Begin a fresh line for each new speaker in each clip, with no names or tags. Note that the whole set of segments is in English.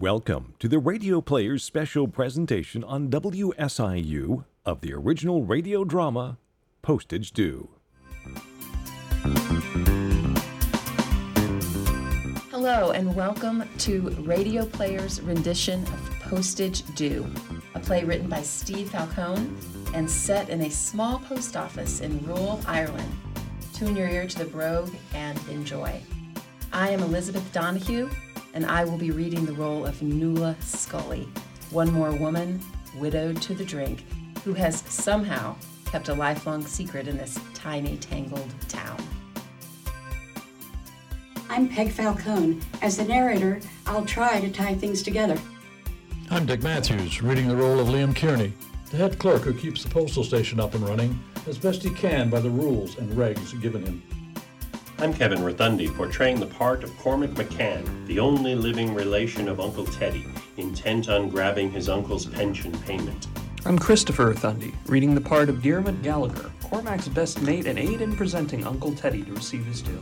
Welcome to the Radio Players special presentation on WSIU of the original radio drama, Postage Due.
Hello, and welcome to Radio Player's rendition of Postage Due, a play written by Steve Falcone and set in a small post office in rural Ireland. Tune your ear to the brogue and enjoy. I am Elizabeth Donahue, and I will be reading the role of Nuala Scully, one more woman widowed to the drink who has somehow kept a lifelong secret in this tiny, tangled town.
I'm Peg Falcone. As the narrator, I'll try to tie things together.
I'm Dick Matthews, reading the role of Liam Kearney, the head clerk who keeps the postal station up and running as best he can by the rules and regs given him.
I'm Kevin Rotundi, portraying the part of Cormac McCann, the only living relation of Uncle Teddy, intent on grabbing his uncle's pension payment.
I'm Christopher Thundy, reading the part of Dermot Gallagher, Cormac's best mate and aide in presenting Uncle Teddy to receive his due.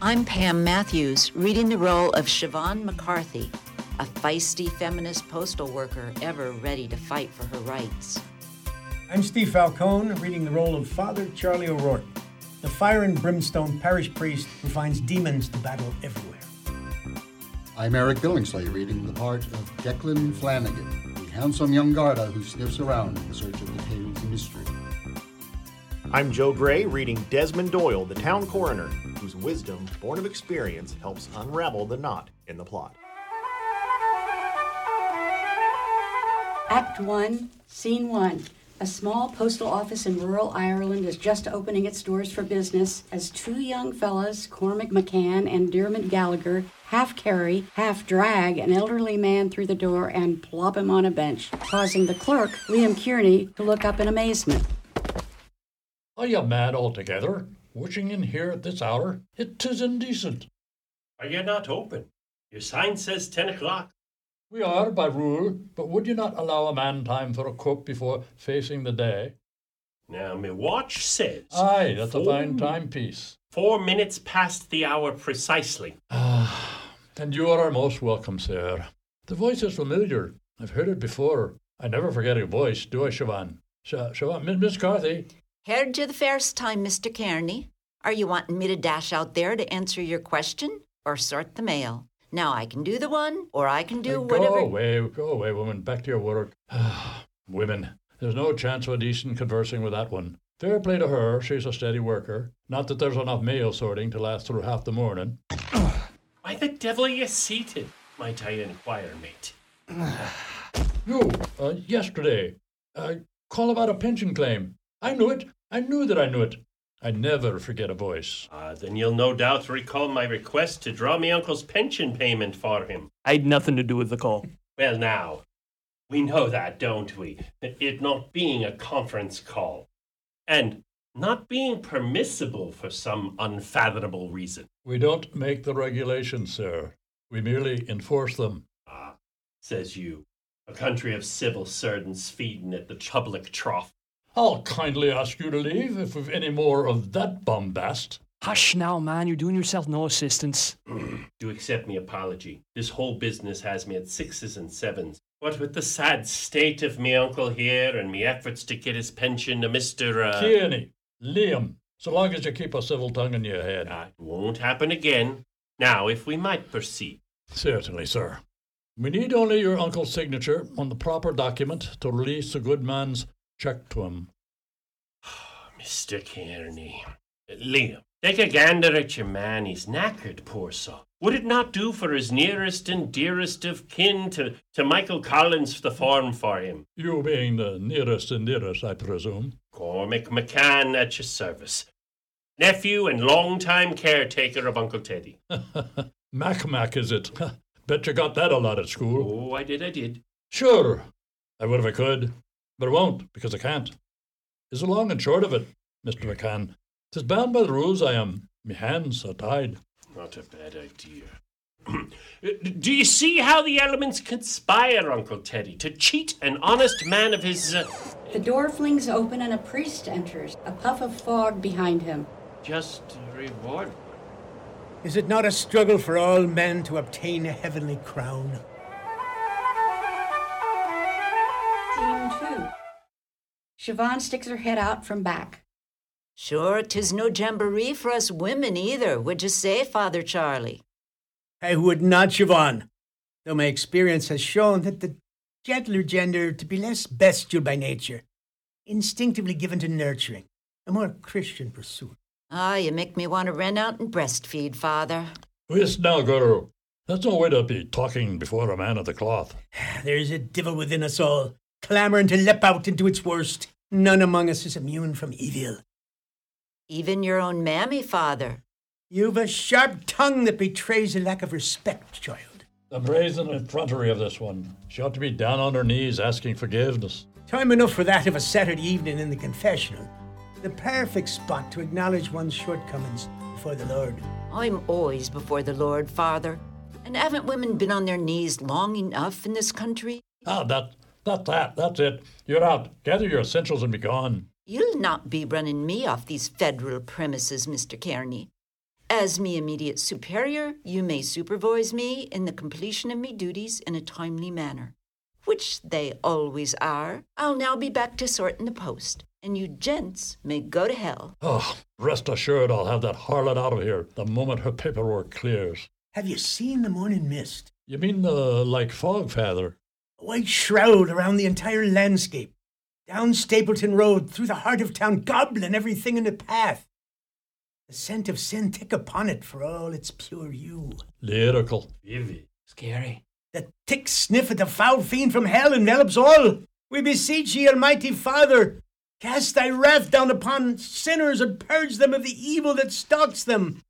I'm Pam Matthews, reading the role of Siobhan McCarthy, a feisty feminist postal worker ever ready to fight for her rights.
I'm Steve Falcone, reading the role of Father Charlie O'Rourke, the fire and brimstone parish priest who finds demons to battle everywhere.
I'm Eric Billingsley, reading the part of Declan Flanagan, the handsome young Garda who sniffs around in search of the tales of mystery.
I'm Joe Gray, reading Desmond Doyle, the town coroner, whose wisdom, born of experience, helps unravel the knot in the plot.
Act 1, Scene 1. A small postal office in rural Ireland is just opening its doors for business as two young fellas, Cormac McCann and Dermot Gallagher, half carry, half drag an elderly man through the door and plop him on a bench, causing the clerk, Liam Kearney, to look up in amazement.
Are you mad altogether? Watching in here at this hour? It tis indecent.
Are you not open? Your sign says 10 o'clock.
We are by rule, but would you not allow a man time for a cup before facing the day?
Now, my watch says.
Aye, that's a
four-
fine timepiece.
Four minutes past the hour precisely.
And you are most welcome, sir. The voice is familiar. I've heard it before. I never forget a voice, do I, Siobhan? Sh- Siobhan, Miss- Miss Carthy,
Heard you the first time, Mr. Kearney. Are you wanting me to dash out there to answer your question or sort the mail? Now I can do the one, or I can do
Hey,
whatever.
Go away, go away, woman. Back to your work. women. There's no chance of a decent conversing with that one. Fair play to her. She's a steady worker. Not that there's enough mail sorting to last through half the morning.
Why the devil are you seated? Might I inquire, mate?
You, uh, yesterday, uh, call about a pension claim. I knew it. I knew that I knew it. I never forget a voice.
Ah, then you'll no doubt recall my request to draw me uncle's pension payment for him.
I had nothing to do with the call.
Well, now, we know that, don't we? It not being a conference call, and not being permissible for some unfathomable reason.
We don't make the regulations, sir. We merely enforce them.
Ah, says you, a country of civil servants feeding at the public trough.
I'll kindly ask you to leave if we've any more of that bombast.
Hush now, man. You're doing yourself no assistance.
Do accept me apology. This whole business has me at sixes and sevens. What with the sad state of me uncle here and me efforts to get his pension to Mr. Uh,
Kearney, Liam, so long as you keep a civil tongue in your head.
Ah, it won't happen again. Now, if we might proceed.
Certainly, sir. We need only your uncle's signature on the proper document to release the good man's check to him.
Mr. Kearney. Liam, take a gander at your man. He's knackered, poor soul. Would it not do for his nearest and dearest of kin to, to Michael Collins the form for him?
You being the nearest and dearest, I presume.
Cormac McCann at your service. Nephew and longtime caretaker of Uncle Teddy.
Mac Mac, is it? Bet you got that a lot at school.
Oh, I did, I did.
Sure, I would if I could, but I won't because I can't. Is the long and short of it, Mr. McCann. 'Tis bound by the rules I am. Me hands are tied.
Not a bad idea. Do you see how the elements conspire, Uncle Teddy, to cheat an honest man of his. Uh,
The door flings open and a priest enters, a puff of fog behind him.
just reward?
Is it not a struggle for all men to obtain a heavenly crown?
Scene two. Siobhan sticks her head out from back.
Sure, 'tis no jamboree for us women either, would you say, Father Charlie?
I would not, Siobhan. Though my experience has shown that the gentler gender to be less bestial by nature, instinctively given to nurturing, a more Christian pursuit.
Ah, you make me want to run out and breastfeed, Father.
Whist now, girl. That's no way to be talking before a man of the cloth.
There is a devil within us all, clamoring to leap out into its worst. None among us is immune from evil.
Even your own mammy, Father.
You've a sharp tongue that betrays a lack of respect, child.
The brazen effrontery of this one. She ought to be down on her knees asking forgiveness.
Time enough for that of a Saturday evening in the confessional. The perfect spot to acknowledge one's shortcomings before the Lord.
I'm always before the Lord, Father. And haven't women been on their knees long enough in this country?
Ah, that, that, that, that's it. You're out. Gather your essentials and be gone.
You'll not be running me off these federal premises, Mr. Kearney. As me immediate superior, you may supervise me in the completion of me duties in a timely manner, which they always are. I'll now be back to sorting the post, and you gents may go to hell.
Oh, rest assured I'll have that harlot out of here the moment her paperwork clears.
Have you seen the morning mist?
You mean the uh, like fog, Father?
A white shroud around the entire landscape. Down Stapleton Road, through the heart of town, gobbling everything in the path. The scent of sin thick upon it for all its pure hue.
Lyrical.
Vivid.
Scary.
The thick sniff of the foul fiend from hell envelops all. We beseech ye, Almighty Father, cast thy wrath down upon sinners and purge them of the evil that stalks them.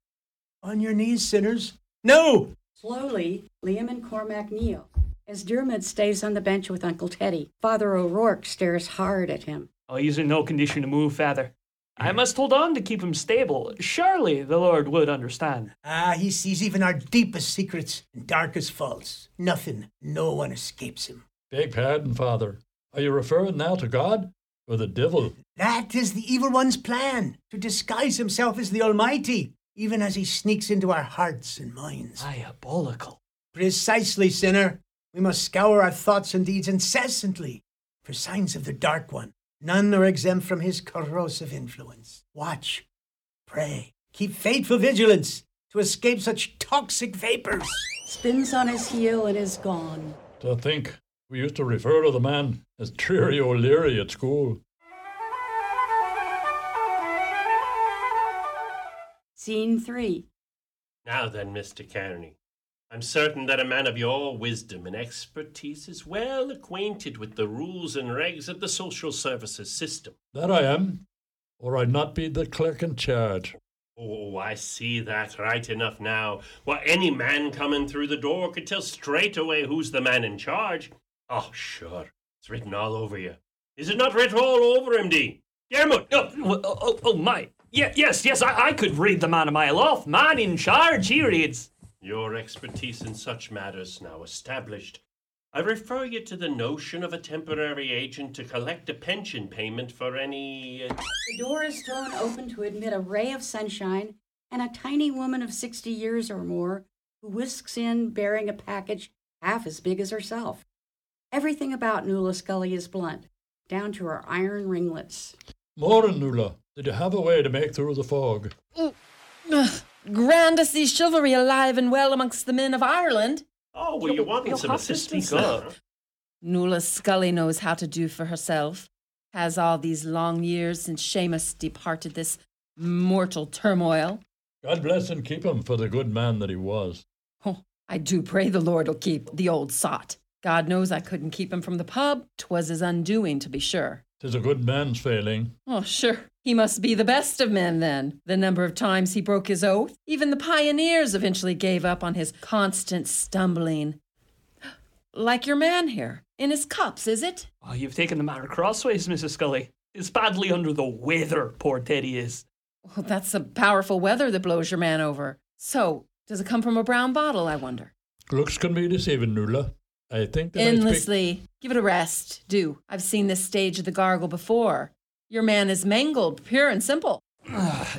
On your knees, sinners. No!
Slowly, Liam and Cormac kneel. As Dermot stays on the bench with Uncle Teddy, Father O'Rourke stares hard at him.
I'll use Oh, in no condition to move, Father. I must hold on to keep him stable. Surely the Lord would understand.
Ah, he sees even our deepest secrets and darkest faults. Nothing, no one escapes him.
Beg pardon, Father. Are you referring now to God or the devil?
That is the evil one's plan to disguise himself as the Almighty, even as he sneaks into our hearts and minds.
Diabolical.
Precisely, sinner. We must scour our thoughts and deeds incessantly for signs of the Dark One. None are exempt from his corrosive influence. Watch, pray, keep faithful vigilance to escape such toxic vapors.
Spins on his heel and is gone.
To think, we used to refer to the man as Treary O'Leary at school.
Scene three.
Now then, Mr. Kearney, I'm certain that a man of your wisdom and expertise is well acquainted with the rules and regs of the social services system.
That I am, or I'd not be the clerk in charge.
Oh, I see that right enough now. Why, any man coming through the door could tell straight away who's the man in charge. Oh, sure. It's written all over you. Is it not written all over him, D? Dermot!
Oh, oh, oh, oh my. Yeah, yes, yes, I, I could read the man a mile off. Man in charge, he reads.
Your expertise in such matters now established, I refer you to the notion of a temporary agent to collect a pension payment for any. Uh,
The door is thrown open to admit a ray of sunshine and a tiny woman of 60 years or more who whisks in bearing a package half as big as herself. Everything about Nuala Scully is blunt, down to her iron ringlets.
Morin Nula, did you have a way to make through the fog?
Ugh, grand to see chivalry alive and well amongst the men of Ireland.
oh, were you wanting some assistance there?
Nuala Scully knows how to do for herself. Has all these long years since Seamus departed this mortal turmoil.
God bless and keep him for the good man that he was.
Oh, I do pray the Lord'll keep the old sot. God knows I couldn't keep him from the pub. 'Twas his undoing, to be sure.
'Tis a good man's failing.
Oh, sure. He must be the best of men then. The number of times he broke his oath. Even the pioneers eventually gave up on his constant stumbling. Like your man here, in his cups, is it?
Oh, you've taken the matter crossways, Mrs. Scully. It's badly under the weather, poor Teddy is.
Well, Oh, that's the powerful weather that blows your man over. So, does it come from a brown bottle, I wonder?
Looks can be deceiving, Nula. I think that I speak-
Endlessly. Give it a rest. Do. I've seen this stage of the gargle before. Your man is mangled, pure and simple.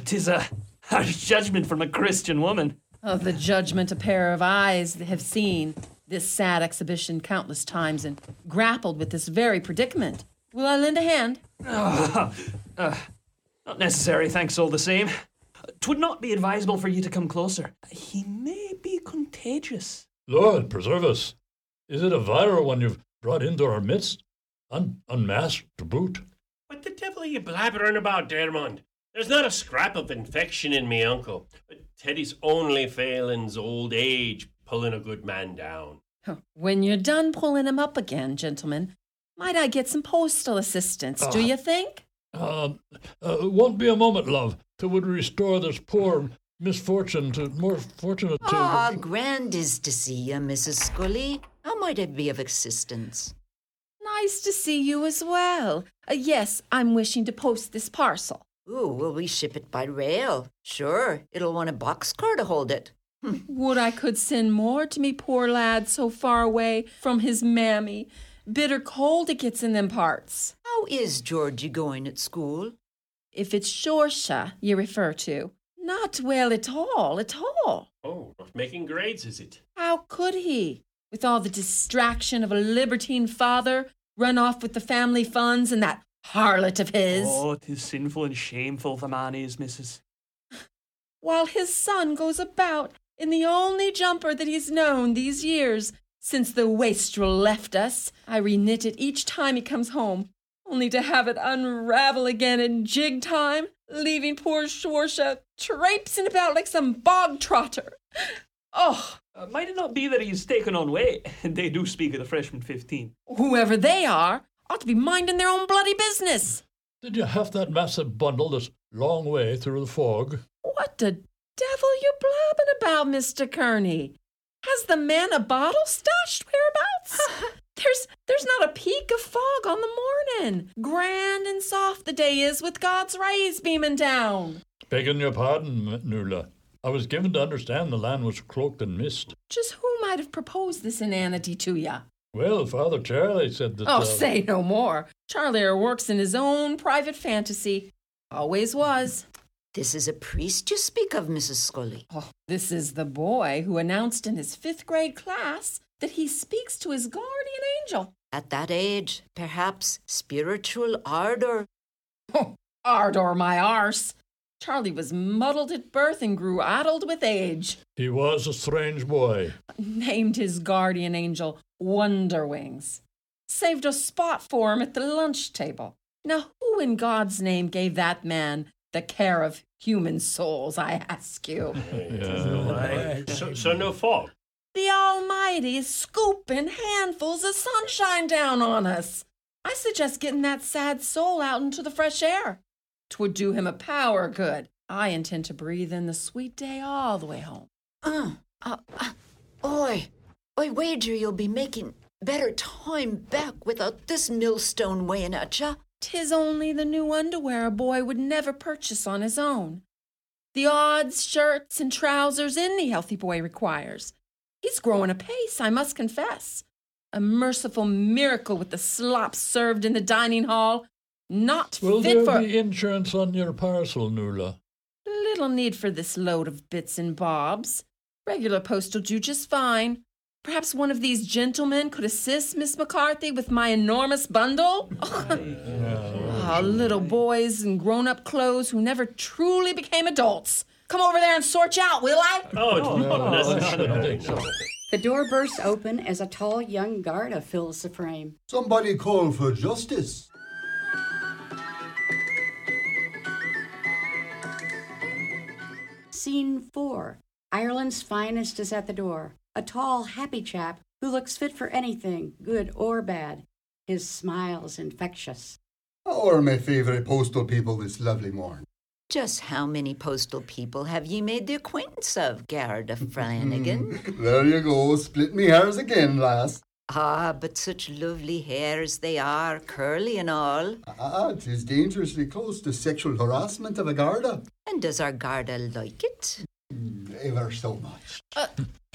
Tis a harsh judgment from a Christian woman.
Oh, the judgment a pair of eyes have seen this sad exhibition countless times and grappled with this very predicament. Will I lend a hand?
Ah, uh, not necessary, thanks all the same. 'Twould not be advisable for you to come closer. He may be contagious.
Lord, preserve us. Is it a viral one you've brought into our midst? Un- unmasked to boot?
What the devil are you blabbering about, Dermond? There's not a scrap of infection in me, uncle. Teddy's only failing's old age, pulling a good man down.
When you're done pulling him up again, gentlemen, might I get some postal assistance, do
Ah.
you think?
Um, uh, it won't be a moment, love, till we restore this poor misfortune to more fortunate to.
Ah, grand is to see you, Mrs. Scully. How might I be of assistance?
Nice to see you as well. Uh, yes, I'm wishing to post this parcel.
Ooh, will we ship it by rail? Sure, it'll want a boxcar to hold it.
Would I could send more to me poor lad so far away from his mammy. Bitter cold it gets in them parts.
How is Georgie going at school?
If it's Shorsha you refer to, not well at all, at all.
Oh, not making grades, is it?
How could he, with all the distraction of a libertine father, run off with the family funds and that harlot of his,
Oh, 'tis sinful and shameful the man is, missus.
while his son goes about in the only jumper that he's known these years since the wastrel left us? I reknit it each time he comes home, only to have it unravel again in jig time, leaving poor Shorsha traipsing about like some bog trotter. Oh,
Uh, might it not be that he's taken on weight? they do speak of the freshman 15.
whoever they are ought to be minding their own bloody business.
Did you have that massive bundle this long way through the fog?
What the devil you blabbing about, Mr. Kearney? Has the man a bottle stashed whereabouts? there's there's not a peak of fog on the morning. Grand and soft the day is with God's rays beaming down.
Begging your pardon, M- Nuala. I was given to understand the land was cloaked in mist.
Just who might have proposed this inanity to ya?
Well, Father Charlie said that.
Oh,
uh,
say no more. Charlie er works in his own private fantasy. Always was.
This is a priest you speak of, Mrs. Scully.
Oh, this is the boy who announced in his fifth grade class that he speaks to his guardian angel.
At that age, perhaps spiritual ardor.
Oh, Ardor my arse. Charlie was muddled at birth and grew addled with age.
He was a strange boy.
Named his guardian angel Wonderwings. Saved a spot for him at the lunch table. Now, who in God's name gave that man the care of human souls, I ask you?
So, so no fault.
the Almighty is scooping handfuls of sunshine down on us. I suggest getting that sad soul out into the fresh air. 'Twould do him a power of good. I intend to breathe in the sweet day all the way home.
Uh, uh, uh, oi, I wager you'll be making better time back without this millstone weighing at ya.
'Tis only the new underwear a boy would never purchase on his own. The odds, shirts, and trousers any healthy boy requires. He's growing apace, I must confess. A merciful miracle with the slop served in the dining hall, not
Will
fit
there
for
be insurance on your parcel, Nuala?
little need for this load of bits and bobs. Regular postal do just fine. Perhaps one of these gentlemen could assist Miss McCarthy with my enormous bundle. Ah, little boys in grown up clothes who never truly became adults. Come over there and sort you out, will I?
Oh, it's not necessary.
The door bursts open as a tall young Garda fills the frame.
Somebody call for justice.
Scene four. Ireland's finest is at the door. A tall, happy chap who looks fit for anything, good or bad. His smile's infectious.
How are my favorite postal people this lovely morning?
Just how many postal people have ye made the acquaintance of, Garda Flanagan?
There you go, split me hairs again, lass.
ah, but such lovely hairs they are, curly and all.
Ah, 'tis dangerously close to sexual harassment of a Garda.
And does our Garda like it?
Ever so much.
uh,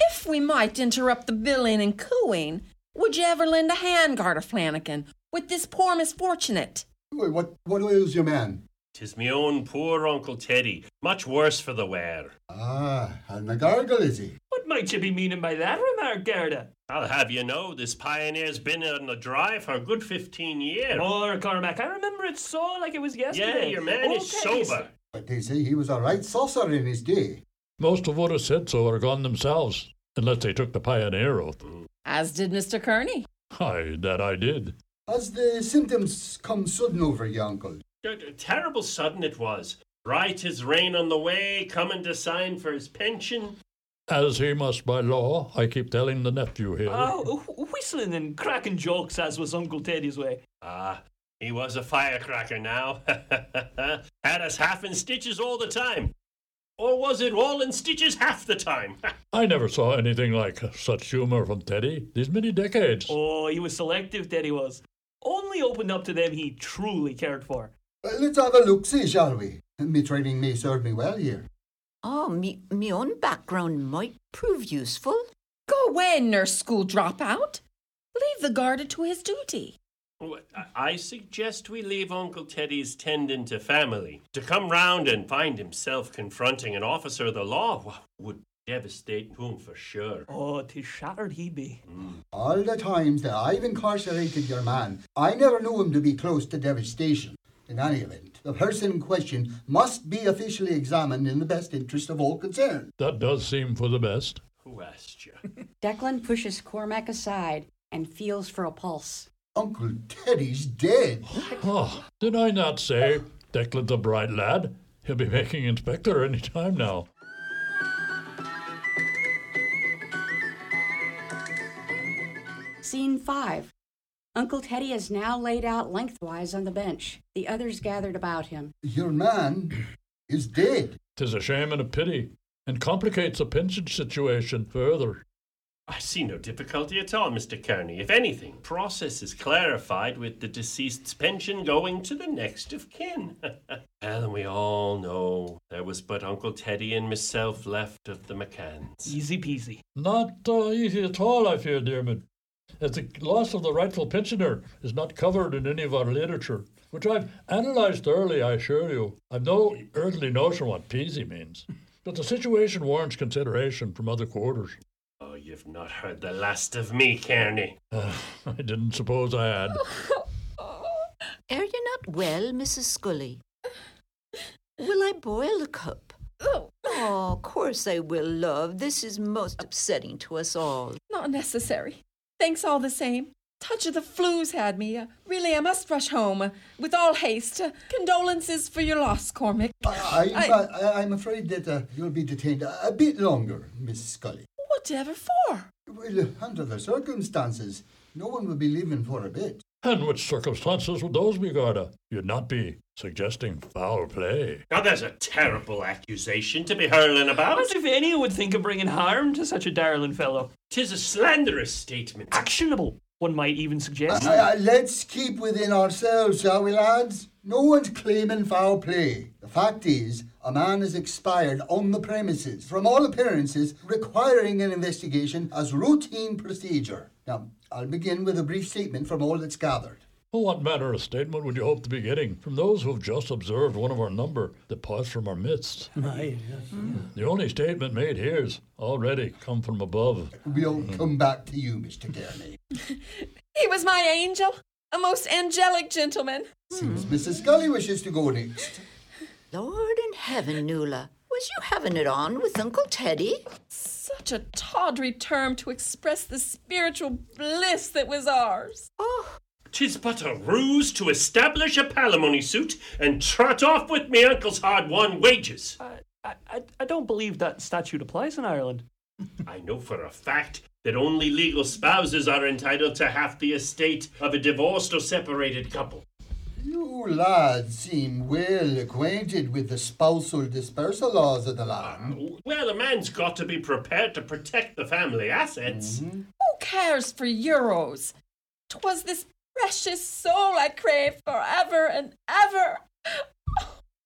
If we might interrupt the billing and cooing, would you ever lend a hand, Garter Flanagan, with this poor misfortunate?
Wait, what, what ails your man?
'Tis me own poor Uncle Teddy, much worse for the wear.
Ah, and the gargle is he?
What might you be meaning by that remark, Gerda?
I'll have you know, this pioneer's been on the dry for a good fifteen years.
More, Cormac. I remember it so like it was yesterday.
your man is
Okay.
sober.
But they say he was a right saucer in his day.
Most of what is said so are gone themselves, unless they took the pioneer oath.
As did Mr. Kearney.
Aye, that I did.
As the symptoms come sudden over you, uncle.
Ter- ter- Terrible sudden it was. Right as rain on the way, coming to sign for his pension.
As he must by law, I keep telling the nephew here.
Oh, wh- whistling and cracking jokes, as was Uncle Teddy's way.
Ah, he was a firecracker now. Had us half in stitches all the time. Or was it all in stitches half the time?
I never saw anything like such humor from Teddy these many decades.
Oh, he was selective, Teddy was. Only opened up to them he truly cared for.
Well, let's have a look see, shall we? Me training may serve me well here.
Oh, me, me own background might prove useful.
Go away, nurse school dropout. Leave the Garda to his duty.
Well, I- I suggest we leave Uncle Teddy's tendon to family. To come round and find himself confronting an officer of the law wa- would devastate him for sure.
Oh, tis shattered he be.
Mm. All the times that I've incarcerated your man, I never knew him to be close to devastation. In any event, the person in question must be officially examined in the best interest of all concerned.
That does seem for the best.
Who asked you?
Declan pushes Cormac aside and feels for a pulse.
Uncle Teddy's dead.
Ah, did I not say Declan's a bright lad? He'll be making inspector any time now.
Scene 5. Uncle Teddy is now laid out lengthwise on the bench, the others gathered about him.
Your man is dead.
'Tis a shame and a pity, and complicates the pension situation further.
I see no difficulty at all, Mr. Kearney. If anything, process is clarified with the deceased's pension going to the next of kin. and we all know there was but Uncle Teddy and myself left of the McCanns.
Easy peasy.
Not uh, easy at all, I fear, Dearman, as the loss of the rightful pensioner is not covered in any of our literature, which I've analyzed thoroughly, I assure you. I've no earthly notion what peasy means, but the situation warrants consideration from other quarters.
Oh, you've not heard the last of me, Kearney.
Uh, I didn't suppose I had.
Are you not well, Mrs. Scully? Will I boil a cup?
Oh,
Oh, of course I will, love. This is most upsetting to us all.
not necessary. Thanks all the same. Touch of the flu's had me. Uh, really, I must rush home uh, with all haste. Uh, condolences for your loss, Cormac.
I,
I-
I, I, I'm afraid that uh, you'll be detained a, a bit longer, Miss Scully.
Whatever for?
Well, under the circumstances, no one will be leaving for a bit.
And which circumstances would those be, Garda? You'd not be suggesting foul play.
Now, there's a terrible accusation to be hurling about.
As if any would think of bringing harm to such a darling fellow.
Tis a slanderous statement.
Actionable, one might even suggest.
Uh, let's keep within ourselves, shall we, lads? No one's claiming foul play. The fact is, a man has expired on the premises, from all appearances, requiring an investigation as routine procedure. Now, I'll begin with a brief statement from all that's gathered.
Well, what manner of statement would you hope to be getting from those who have just observed one of our number depart from our midst?
Hmm?
The only statement made here is already come from above.
We'll come back to you, Mr. Kearney.
He was my angel, a most angelic gentleman.
Seems Mrs. Scully wishes to go next.
Lord in heaven, Nuala, was you having it on with Uncle Teddy?
Such a tawdry term to express the spiritual bliss that was ours.
Oh,
Tis but a ruse to establish a palimony suit and trot off with me uncle's hard-won wages.
I, I, I- I don't believe that statute applies in Ireland.
I know for a fact that only legal spouses are entitled to half the estate of a divorced or separated couple.
You lads seem well acquainted with the spousal dispersal laws of the land.
Well, a man's got to be prepared to protect the family assets.
Who cares for euros? 'Twas this precious soul I craved forever and ever.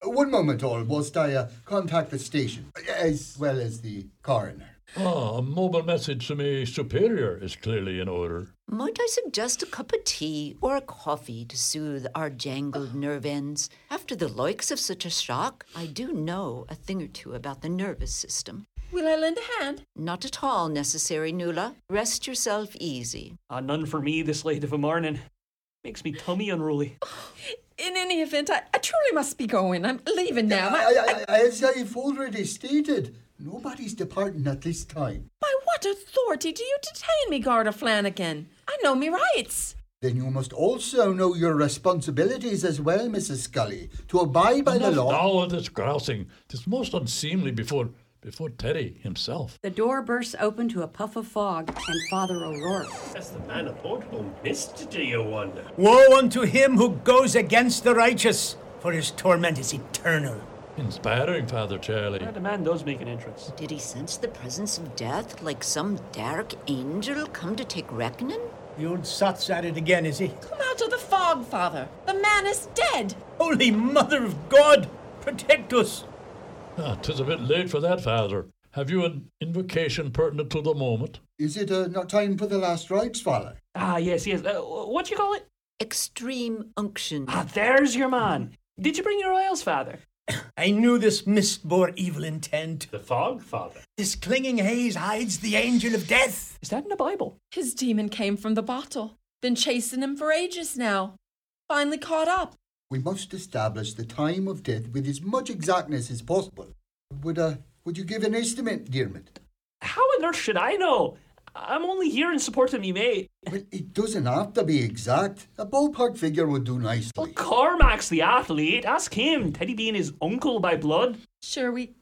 One moment, all, whilst I uh, contact the station, as well as the coroner.
Ah, a mobile message to me superior is clearly in order.
Might I suggest a cup of tea or a coffee to soothe our jangled nerve ends? After the likes of such a shock, I do know a thing or two about the nervous system.
Will I lend a hand?
Not at all necessary, Nuala. Rest yourself easy.
Uh, none for me this late of a morning. Makes me tummy unruly.
In any event, I, I truly must be going. I'm leaving now. My-
I, I, I, as I've already stated, nobody's departing at this time.
By what authority do you detain me, Garda Flanagan? I know me rights.
Then you must also know your responsibilities as well, Mrs. Scully, to abide by the
Enough
law.
now of this grousing. Tis most unseemly before before Teddy himself.
The door bursts open to a puff of fog and Father O'Rourke.
That's the man of Portugal missed it, do you wonder?
Woe unto him who goes against the righteous, for his torment is eternal.
Inspiring, Father Charlie.
The man does make an entrance.
Did he sense the presence of death like some dark angel come to take reckoning?
The old sot's at it again, is he?
Come out of the fog, Father. The man is dead.
Holy Mother of God, protect us!
Ah, tis a bit late for that, Father. Have you an invocation pertinent to the moment?
Is it uh, not time for the last rites, Father?
Ah, yes, yes. Uh, what you call it?
Extreme unction.
Ah, there's your man. Did you bring your oils, Father?
I knew this mist bore evil intent.
The fog, Father.
This clinging haze hides the angel of death.
Is that in the Bible?
His demon came from the bottle. Been chasing him for ages now. Finally caught up.
We must establish the time of death with as much exactness as possible. Would, uh, would you give an estimate, Dearmid?
How on earth should I know? I'm only here in support of me mate.
Well, it doesn't have to be exact. A ballpark figure would do nicely.
Cormac's the athlete. Ask him. Teddy being his uncle by blood.
Sure, we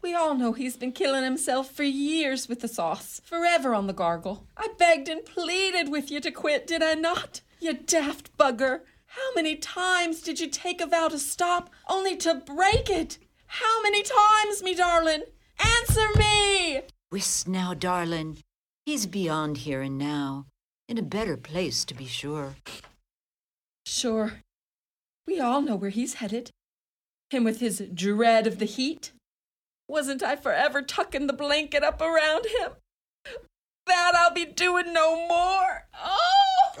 we all know he's been killing himself for years with the sauce, forever on the gargle. I begged and pleaded with you to quit, did I not? You daft bugger. How many times did you take a vow to stop only to break it? How many times, me darling? Answer me!
Whist now, darling. He's beyond here and now, in a better place to be sure.
Sure. We all know where he's headed. Him with his dread of the heat. Wasn't I forever tucking the blanket up around him? That I'll be doing no more. Oh!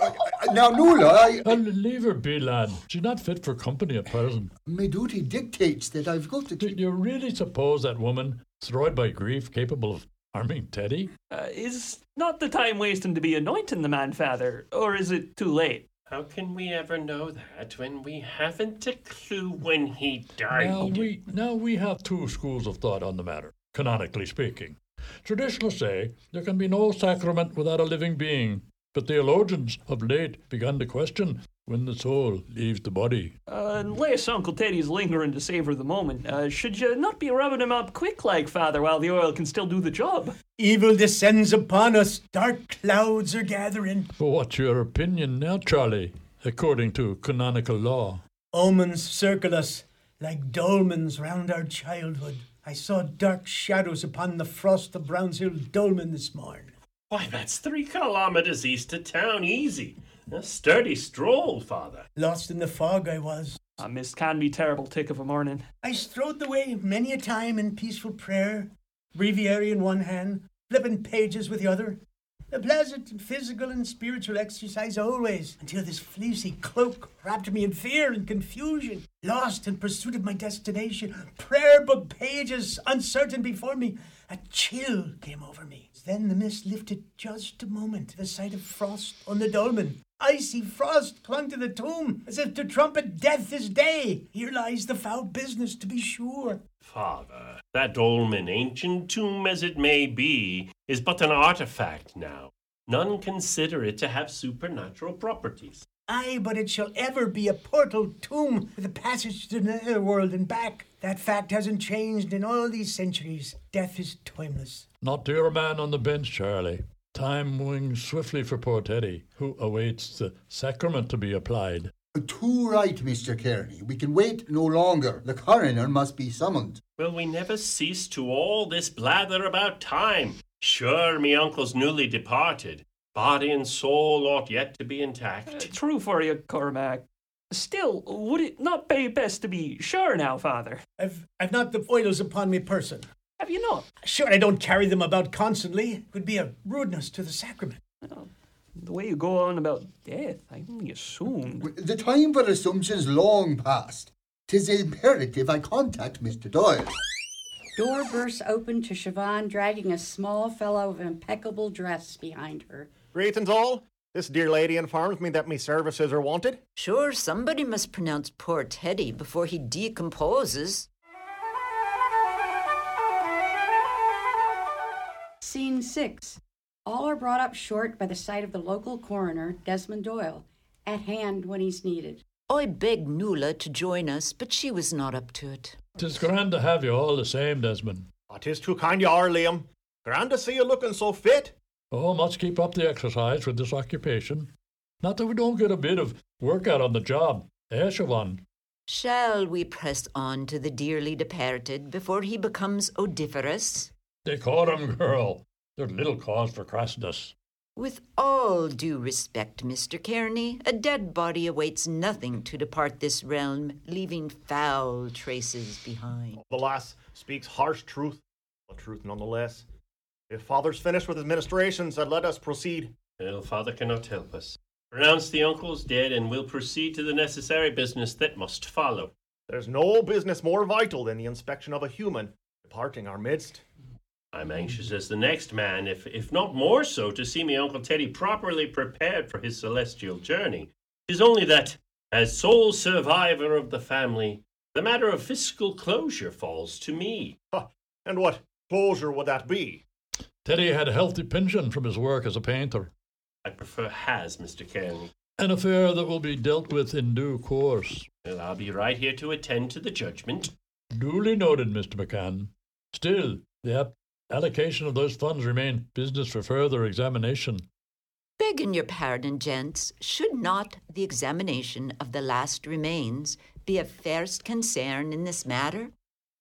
Uh, Now, Nuala, I,
Uh, leave her be, lad. She's not fit for company at present.
my duty dictates that I've got to
Do
keep.
you really suppose that woman, destroyed by grief, capable of harming Teddy?
Uh, is not the time wasting to be anointing the man, Father? Or is it too late?
How can we ever know that when we haven't a clue when he died?
Now we, now we have two schools of thought on the matter, canonically speaking. Traditionalists say there can be no sacrament without a living being, but theologians of late begun to question when the soul leaves the body.
Uh, unless Uncle Teddy's lingering to savor the moment, uh, should you not be rubbing him up quick like, Father, while the oil can still do the job?
Evil descends upon us, dark clouds are gathering.
But what's your opinion now, Charlie, according to canonical law?
Omens circle us like dolmens round our childhood. I saw dark shadows upon the frost of Brown's Hill dolmen this morn.
Why, that's three kilometers east of town, easy. A sturdy stroll, Father.
Lost in the fog I was.
A mist can be terrible tick of a morning.
I strode the way many a time in peaceful prayer, breviary in one hand, flipping pages with the other. A pleasant physical and spiritual exercise always, until this fleecy cloak wrapped me in fear and confusion, lost in pursuit of my destination, prayer book pages uncertain before me. A chill came over me. Then the mist lifted just a moment, the sight of frost on the dolmen. Icy frost clung to the tomb, as if to trumpet death this day. Here lies the foul business, to be sure.
Father, that dolmen, ancient tomb as it may be, is but an artifact now. None consider it to have supernatural properties.
Ay, but it shall ever be a portal tomb with a passage to the nether world and back. That fact hasn't changed in all these centuries. Death is timeless.
Not to your man on the bench, Charlie. Time wings swiftly for poor Teddy, who awaits the sacrament to be applied.
Too right, Mr. Kearney. We can wait no longer. The coroner must be summoned.
Will we never cease to all this blather about time? Sure, me uncle's newly departed. Body and soul ought yet to be
Uh,
intact.
true for you, Cormac. Still, would it not be best to be sure now, Father?
I've, I've not the oils upon me person.
Have you not?
Sure, I don't carry them about constantly. It would be a rudeness to the sacrament.
The way you go on about death, I only assumed.
The time for assumptions long past. Tis imperative I contact Mr. Doyle.
Door bursts open to Siobhan, dragging a small fellow of impeccable dress behind her.
Greetings all. This dear lady informs me that me services are wanted.
Sure, somebody must pronounce poor Teddy before he decomposes.
Scene six. All are brought up short by the sight of the local coroner, Desmond Doyle, at hand when he's needed.
I begged Nuala to join us, but she was not up to it.
Tis grand to have you all the same, Desmond.
Ah, tis too kind you are, Liam. Grand to see you looking so fit.
Oh, must keep up the exercise with this occupation. Not that we don't get a bit of workout on the job, eh, Siobhan?
Shall we press on to the dearly departed before he becomes odiferous?
Decorum, girl. There's little cause for crassness.
With all due respect, Mr. Kearney, a dead body awaits nothing to depart this realm, leaving foul traces behind.
The lass speaks harsh truth, but truth nonetheless. If father's finished with his ministrations, then let us proceed.
Well, father cannot help us. Pronounce the uncle's dead, and we'll proceed to the necessary business that must follow.
There's no business more vital than the inspection of a human departing our midst.
I'm anxious as the next man, if, if not more so, to see me Uncle Teddy properly prepared for his celestial journey. 'Tis only that, as sole survivor of the family, the matter of fiscal closure falls to me.
Ha! And what closure would that be?
Teddy had a healthy pension from his work as a painter.
I prefer has, Mr. Kearney.
An affair that will be dealt with in due course.
Well, I'll be right here to attend to the judgment.
Duly noted, Mr. McCann. Still, the ap- allocation of those funds remain business for further examination.
Begging your pardon, gents, should not the examination of the last remains be of first concern in this matter?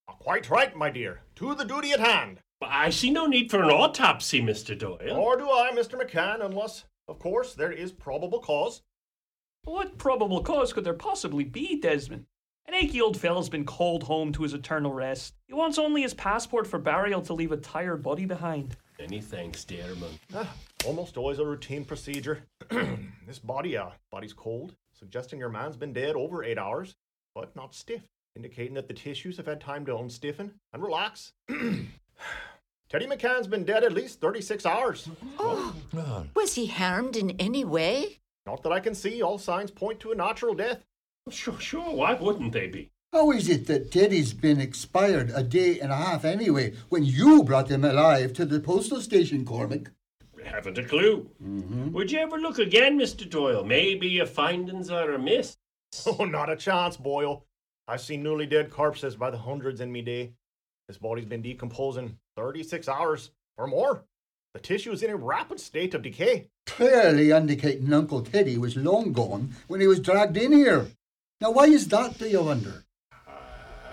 Ah, Quite right, my dear. To the duty at hand.
I see no need for an autopsy, Mr. Doyle.
Nor do I, Mr. McCann, unless, of course, there is probable cause.
What probable cause could there possibly be, Desmond? An achy old fellow's been called home to his eternal rest. He wants only his passport for burial to leave a tired body behind.
Many thanks, dear man.
Ah, almost always a routine procedure. this body, uh, body's cold, suggesting your man's been dead over eight hours, but not stiff, indicating that the tissues have had time to unstiffen and relax. Teddy McCann's been dead at least 36 hours.
Ah,
Was he harmed in any way?
Not that I can see, all signs point to a natural death.
Sure, sure, why wouldn't they be?
How is it that Teddy's been expired a day and a half anyway when you brought him alive to the postal station, Cormac?
Haven't a clue.
Mm-hmm.
Would you ever look again, Mr. Doyle? Maybe your findings are amiss.
Oh, not a chance, Boyle. I've seen newly dead corpses by the hundreds in me day. This body's been decomposing 36 hours or more. The tissue is in a rapid state of decay.
Clearly indicating Uncle Teddy was long gone when he was dragged in here. Now, why is that, do you wonder?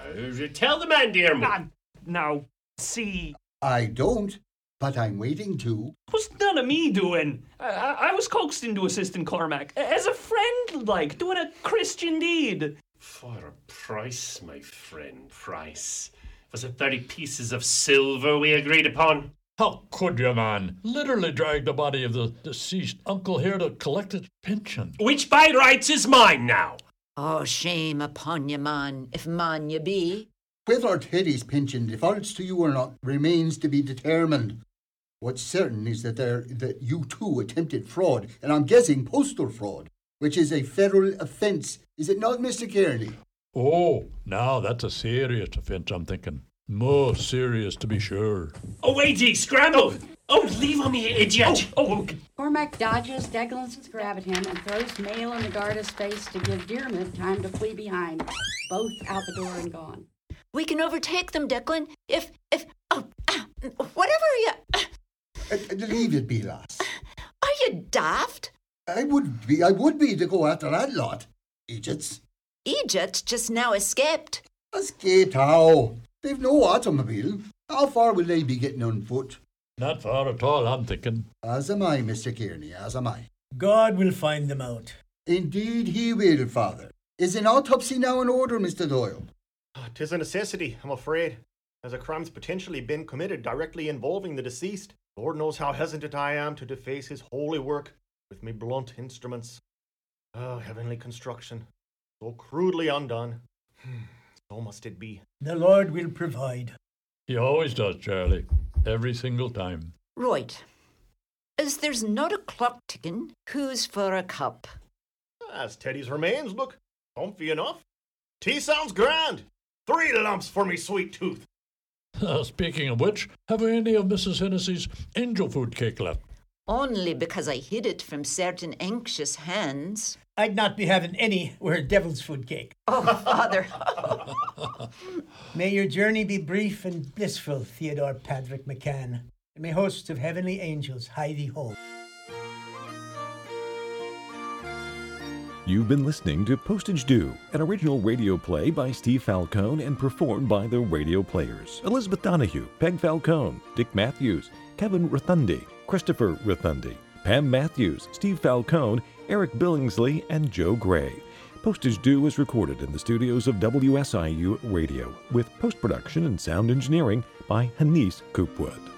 Uh, tell the man, dear man.
Ah, now, see,
I don't, but I'm waiting to.
it was none of me doing. I, I, I was coaxed into assisting Cormac as a friend, like doing a Christian deed.
For a price, my friend, price. Was it thirty pieces of silver we agreed upon?
how could you, man? Literally drag the body of the deceased uncle here to collect his pension.
Which by rights is mine now.
Oh, shame upon ye, man, if man ye be.
Whether Teddy's pension defaults to you or not remains to be determined. What's certain is that there that you two attempted fraud, and I'm guessing postal fraud, which is a federal offence. Is it not, Mr. Kearney?
Oh, now that's a serious offense, I'm thinking. Most serious, to be sure.
Oh, AD, scramble! Oh, leave on me, idiot!
Oh, okay.
Cormac dodges Deglin's grab at him and throws Mail in the Garda's face to give Dearmid time to flee behind. Both out the door and gone.
We can overtake them, Declan, if, if, oh, ah, whatever you,
Uh, uh, leave it be, lass.
are you daft?
I would be, I would be to go after that lot. Idiots.
Egypt just now escaped.
Escaped how? They've no automobile. How far will they be getting on foot?
Not far at all, I'm thinking.
As am I, Mr. Kearney, as am I.
God will find them out.
Indeed he will, father. Is an autopsy now in order, Mr. Doyle?
Ah, Tis a necessity, I'm afraid. as a crime's potentially been committed directly involving the deceased. Lord knows how hesitant I am to deface his holy work with me blunt instruments. Oh, heavenly construction, so crudely undone. Hmm, So must it be.
The Lord will provide.
He always does, Charlie. Every single time.
Right. As there's not a clock ticking, who's for a cup?
As Teddy's remains look comfy enough. Tea sounds grand. Three lumps for me sweet tooth.
Uh, Speaking of which, have we any of Mrs. Hennessy's angel food cake left?
Only because I hid it from certain anxious hands.
I'd not be having any were it devil's food cake.
Oh, Father.
May your journey be brief and blissful, Theodore Patrick McCann. And may hosts of heavenly angels hie thee home.
You've been listening to Postage Due, an original radio play by Steve Falcone and performed by the radio players Elizabeth Donahue, Peg Falcone, Dick Matthews, Kevin Rothundi, Christopher Rothundi, Pam Matthews, Steve Falcone, Eric Billingsley, and Joe Gray. Postage Due is recorded in the studios of WSIU Radio with post production and sound engineering by Hanise Coopwood.